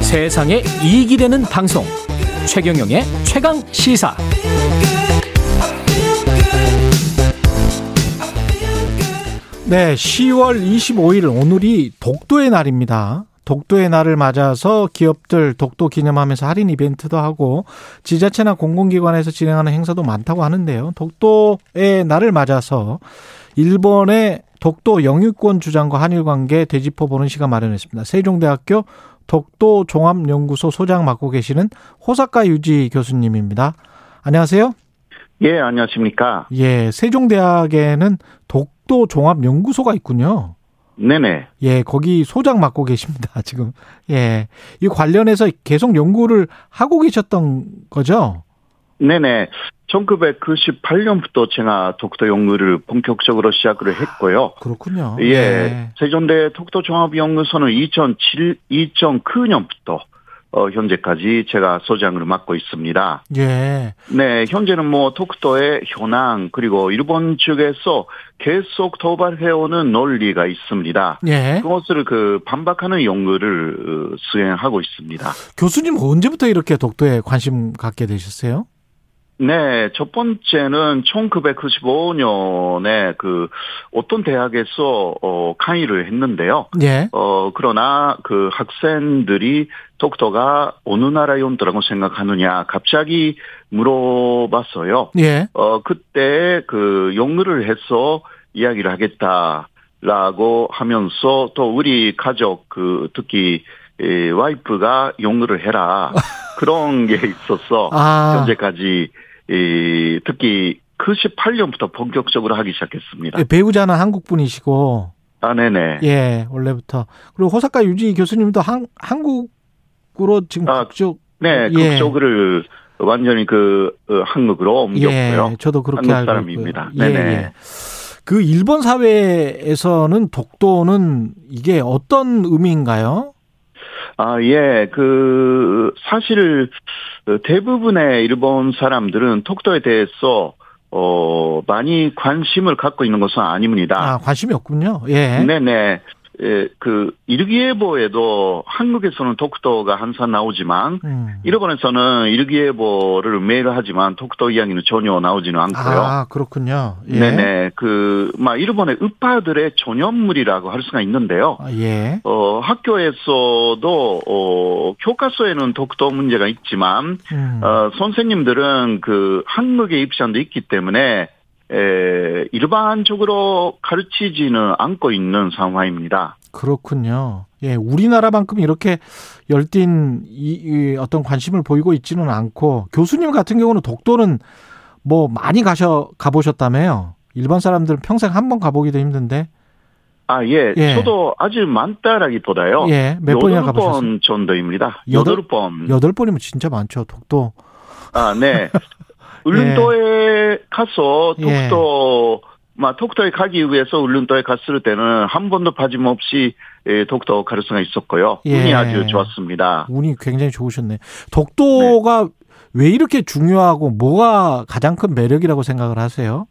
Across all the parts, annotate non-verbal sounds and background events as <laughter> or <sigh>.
세상에 이익이 되는 방송 최경영의 최강 시사 네, 10월 25일 오늘이 독도의 날입니다. 독도의 날을 맞아서 기업들 독도 기념하면서 할인 이벤트도 하고 지자체나 공공기관에서 진행하는 행사도 많다고 하는데요. 독도의 날을 맞아서 일본의 독도 영유권 주장과 한일 관계 되짚어보는 시간 마련했습니다. 세종대학교 독도 종합연구소 소장 맡고 계시는 호사카 유지 교수님입니다. 안녕하세요. 예, 안녕하십니까. 예, 세종대학에는 독도 종합연구소가 있군요. 네네. 예, 거기 소장 맡고 계십니다, <laughs> 지금. 예. 이 관련해서 계속 연구를 하고 계셨던 거죠? 네네. 1998년부터 제가 독도 연구를 본격적으로 시작을 했고요. 그렇군요. 예. 네. 세종대 독도 종합연구소는 2007, 2009년부터 어, 현재까지 제가 소장을 맡고 있습니다. 예. 네, 현재는 뭐 독도의 현황 그리고 일본 측에서 계속 도발해오는 논리가 있습니다. 예. 그것을 그 반박하는 연구를 어, 수행하고 있습니다. 교수님 언제부터 이렇게 독도에 관심 갖게 되셨어요? 네, 첫 번째는 1995년에 그 어떤 대학에서 어, 강의를 했는데요. 예. 어, 그러나 그 학생들이 독도가 어느 나라의 온도라고 생각하느냐 갑자기 물어봤어요. 예. 어, 그때 그 연구를 해서 이야기를 하겠다라고 하면서 또 우리 가족 그 특히 이 와이프가 연구를 해라. 그런 게 있었어. 아. 현재까지 이 특히 그 98년부터 본격적으로 하기 시작했습니다. 예, 배우자는 한국 분이시고, 아, 네네. 예, 원래부터. 그리고 호사카 유지 교수님도 한, 한국으로 지금 아, 국적, 네, 예. 극적을 완전히 그 어, 한국으로 옮겼고요. 예, 저도 그렇게 한국 알고 사람입니다. 있고요. 예, 네네. 예. 그 일본 사회에서는 독도는 이게 어떤 의미인가요? 아, 예. 그 사실 어, 대부분의 일본 사람들은 독도에 대해서 어, 많이 관심을 갖고 있는 것은 아닙니다. 아, 관심이 없군요. 예. 네네. 예, 그 일기예보에도 한국에서는 독도가 항상 나오지만 음. 일본에서는 일기예보를 매일 하지만 독도 이야기는 전혀 나오지는 않고요. 아, 그렇군요. 예. 네네. 그, 막, 일본의 우파들의 전염물이라고 할 수가 있는데요. 아, 예. 어, 학교에서도, 어, 교과서에는 독도 문제가 있지만, 음. 어, 선생님들은 그 한국의 입시안도 있기 때문에, 에, 일반적으로 가르치지는 않고 있는 상황입니다. 그렇군요. 예, 우리나라만큼 이렇게 열띤 이, 이 어떤 관심을 보이고 있지는 않고 교수님 같은 경우는 독도는 뭐 많이 가셔 가보셨다며요. 일반 사람들은 평생 한 번 가보기도 힘든데. 아, 예. 예. 저도 아주 많다라기보다요. 예, 몇 번이나 어, 여덟 가보셨어요? 번 정도입니다. 여덟- 여덟 번. 여덟 번이면 진짜 많죠. 독도. 아, <laughs> 네. 울릉도에 가서 예. 독도, 막 독도에 가기 위해서 울릉도에 갔을 때는 한 번도 빠짐없이 예, 독도 가를 수가 있었고요. 예. 운이 아주 좋았습니다. 운이 굉장히 좋으셨네. 독도가 왜 이렇게 중요하고 뭐가 가장 큰 매력이라고 생각을 하세요?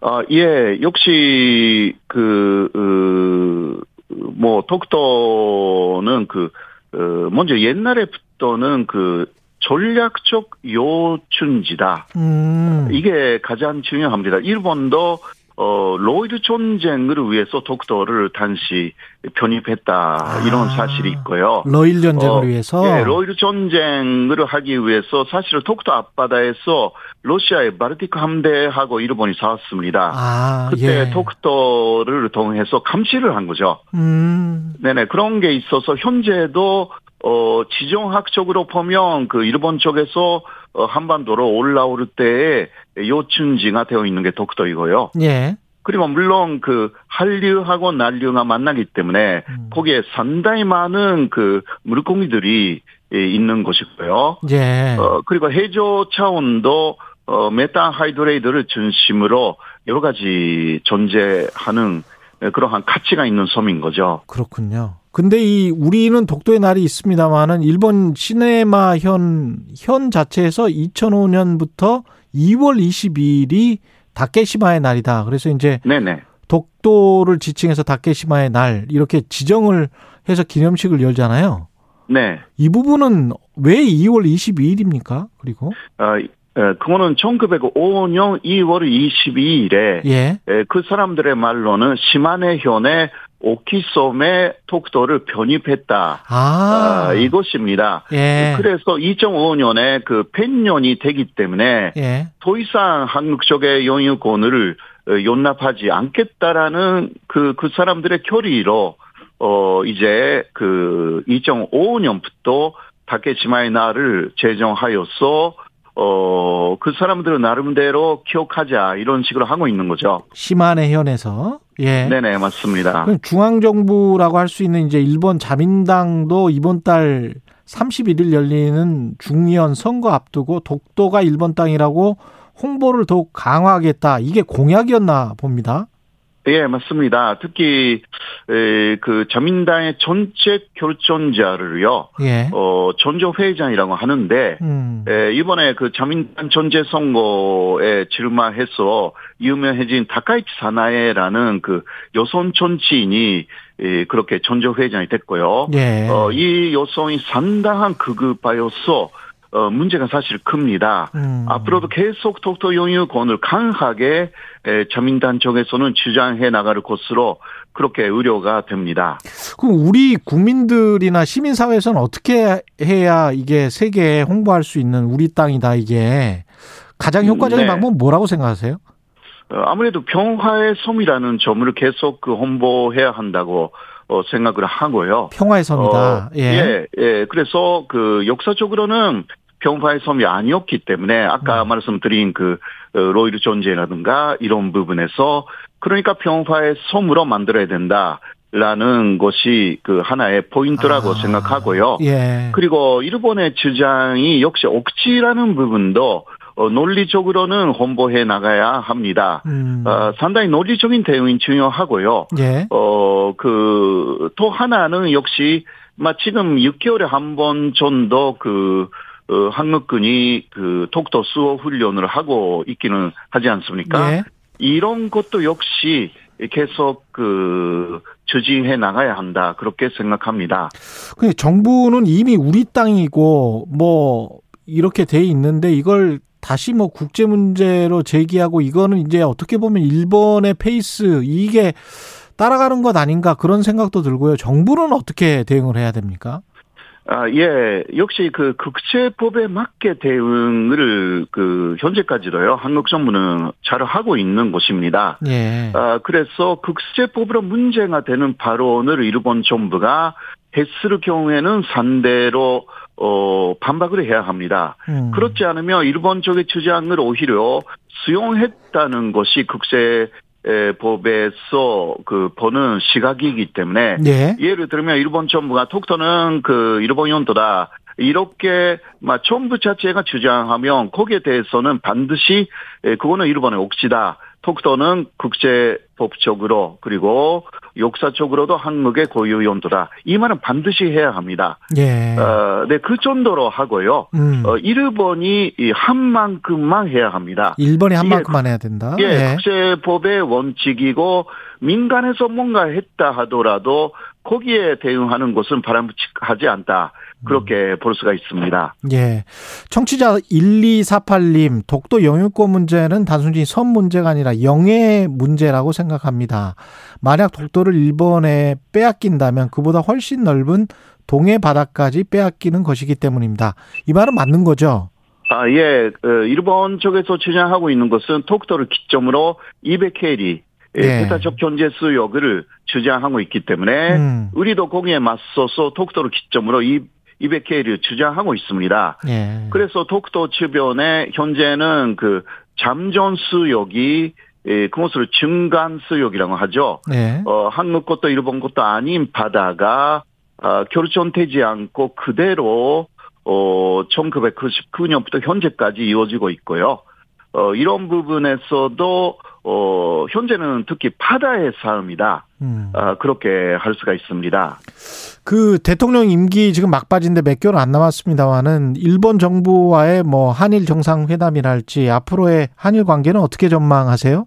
아, 예, 역시 그, 어, 뭐, 독도는 그, 어, 먼저 옛날에부터는 그 전략적 요충지다. 음. 이게 가장 중요합니다. 일본도 어, 로이드 전쟁을 위해서 독도를 당시 편입했다 이런 아. 사실이 있고요. 러일 전쟁을 어, 위해서 예, 로이드 전쟁을 하기 위해서 사실은 독도 앞바다에서 러시아의 바르티크 함대하고 일본이 싸웠습니다. 아, 그때 예. 독도를 동해서 감시를 한 거죠. 음. 네네 그런 게 있어서 현재도 어 지정학적으로 보면 그 일본 쪽에서 어, 한반도로 올라올 때에 요충지가 되어 있는 게 독도이고요. 예. 그리고 물론 그 한류하고 난류가 만나기 때문에 음. 거기에 상당히 많은 그 물고기들이 예, 있는 곳이고요. 예. 어 그리고 해조 차원도 어 메탄 하이드레이드를 중심으로 여러 가지 존재하는 예, 그러한 가치가 있는 섬인 거죠. 그렇군요. 근데 이 우리는 독도의 날이 있습니다만은 일본 시네마 현, 현 자체에서 2005년부터 2월 22일이 다케시마의 날이다. 그래서 이제 네네. 독도를 지칭해서 다케시마의 날 이렇게 지정을 해서 기념식을 열잖아요. 네. 이 부분은 왜 2월 22일입니까? 그리고 어, 어, 그거는 1905년 2월 22일에 예. 그 사람들의 말로는 시마네현의 오키솜의 독도를 변입했다. 아, 아, 이것입니다. 예. 그래서 2005년에 그 100년이 되기 때문에 예. 더 이상 한국 쪽의 영유권을 어, 용납하지 않겠다라는 그, 그 사람들의 결의로, 어, 이제 그 2005년부터 다케치마의 날을 제정하여서, 어, 그 사람들은 나름대로 기억하자, 이런 식으로 하고 있는 거죠. 시마네 현에서 예. 네네, 맞습니다. 그럼 중앙 정부라고 할 수 있는 이제 일본 자민당도 이번 달 31일 열리는 중의원 선거 앞두고 독도가 일본 땅이라고 홍보를 더욱 강화하겠다. 이게 공약이었나 봅니다. 예, 맞습니다. 특히, 에, 그 자민당의 전체 결정자를요, 예. 어, 전조회의장이라고 하는데, 음. 예, 이번에 그 자민당 전제 선거에 출마해서 유명해진 다카이치 사나에라는 그 여성 정치인이 예, 그렇게 전제 회장이 됐고요. 예. 어, 이 여성이 상당한 극우파여서 어, 문제가 사실 큽니다. 음. 앞으로도 계속 독도 영유권을 강하게 예, 자민당 쪽에서는 주장해 나갈 것으로 그렇게 우려가 됩니다. 그럼 우리 국민들이나 시민사회에서는 어떻게 해야 이게 세계에 홍보할 수 있는 우리 땅이다 이게 가장 효과적인 네. 방법은 뭐라고 생각하세요? 어, 아무래도 평화의 섬이라는 점을 계속 그 홍보해야 한다고 어, 생각을 하고요. 평화의 섬이다. 어, 예. 예, 예. 그래서 그 역사적으로는 평화의 섬이 아니었기 때문에 아까 음. 말씀드린 그 어, 로이드 존재라든가 이런 부분에서 그러니까 평화의 섬으로 만들어야 된다라는 것이 그 하나의 포인트라고 아, 생각하고요. 예. 그리고 일본의 주장이 역시 억지라는 부분도 어, 논리적으로는 홍보해 나가야 합니다. 음. 어, 상당히 논리적인 대응이 중요하고요. 예. 어, 그, 또 하나는 역시, 마, 지금 6개월에 한 번 정도 그, 어, 한국군이 그 독도 수호 훈련을 하고 있기는 하지 않습니까? 예. 이런 것도 역시 계속 그, 추진해 나가야 한다. 그렇게 생각합니다. 그 정부는 이미 우리 땅이고 뭐 이렇게 돼 있는데 이걸 다시 뭐 국제 문제로 제기하고 이거는 이제 어떻게 보면 일본의 페이스 이게 따라가는 것 아닌가 그런 생각도 들고요. 정부는 어떻게 대응을 해야 됩니까? 아, 예. 역시 그 국제법에 맞게 대응을 그 현재까지도요. 한국 정부는 잘 하고 있는 것입니다. 예. 아, 그래서 국제법으로 문제가 되는 발언을 일본 정부가 했을 경우에는 상대로 어, 반박을 해야 합니다. 음. 그렇지 않으면 일본 쪽의 주장을 오히려 수용했다는 것이 국제법에서 그 보는 시각이기 때문에 예. 예를 들면 일본 정부가 독도는 그 일본 영토다 이렇게 막 정부 자체가 주장하면 거기에 대해서는 반드시 에, 그거는 일본의 옥시다. 독도는 국제법적으로 그리고 역사적으로도 한국의 고유 영토다. 이 말은 반드시 해야 합니다. 예. 아, 어, 네, 그 정도로 하고요. 음. 어, 일본이 이 한 만큼만 해야 합니다. 일본이 한 예. 만큼만 해야 된다. 예, 국제법의 원칙이고 민간에서 뭔가 했다 하더라도 거기에 대응하는 것은 바람직하지 않다. 그렇게 볼 수가 있습니다. 예. 청취자 1248님, 독도 영유권 문제는 단순히 섬 문제가 아니라 영해 문제라고 생각합니다. 만약 독도를 일본에 빼앗긴다면 그보다 훨씬 넓은 동해 바다까지 빼앗기는 것이기 때문입니다. 이 말은 맞는 거죠? 아, 예, 어, 일본 쪽에서 주장하고 있는 것은 독도를 기점으로 200해리 예. 해타적 견제 수역을 주장하고 있기 때문에 음. 우리도 거기에 맞서서 독도를 기점으로 200해리를 주장하고 있습니다. 예. 그래서 독도 주변에 현재는 그 잠전 수역이 예, 그것을 증간 수역이라고 하죠. 예. 어, 한국 것도 일본 것도 아닌 바다가 아, 결정되지 않고 그대로 어, 1999년부터 현재까지 이어지고 있고요. 어, 이런 부분에서도 어, 현재는 특히 바다의 싸움이다. 음. 아, 그렇게 할 수가 있습니다. 그 대통령 임기 지금 막바지인데 몇 개월 안 남았습니다만은 일본 정부와의 뭐 한일 정상회담이랄지 앞으로의 한일 관계는 어떻게 전망하세요?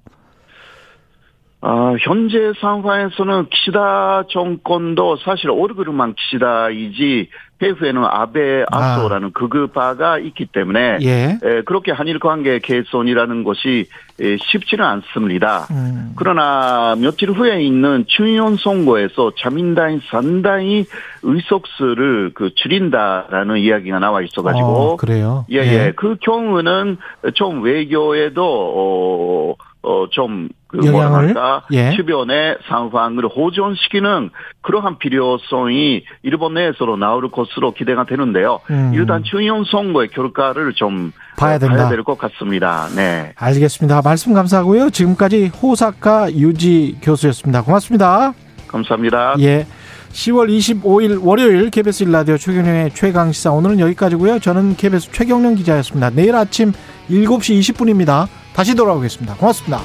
아, 아, 현재 상황에서는 키시다 정권도 사실 오르그룹만 키시다이지 배후에는 아베 아. 아소라는 극우파가 있기 때문에 예. 에, 그렇게 한일 관계 개선이라는 것이 에, 쉽지는 않습니다. 음. 그러나 며칠 후에 있는 추위원 선거에서 자민당 산당이 의석수를 그 줄인다라는 이야기가 나와 있어가지고 어, 그래요. 예, 예. 그 경우는 좀 외교에도, 어, 어, 좀, 그 영향을? 뭐랄까, 예. 주변의 상황을 호전시키는 그러한 필요성이 일본 내에서도 나올 것으로 기대가 되는데요. 음. 일단 중요한 선거의 결과를 좀 봐야 된다. 봐야 될 것 같습니다. 네. 알겠습니다. 말씀 감사하고요. 지금까지 호사카 유지 교수였습니다. 고맙습니다. 감사합니다. 예. 10월 25일 월요일 KBS 1라디오 최경련의 최강시사 오늘은 여기까지고요. 저는 KBS 최경련 기자였습니다. 내일 아침 7시 20분입니다. 다시 돌아오겠습니다. 고맙습니다.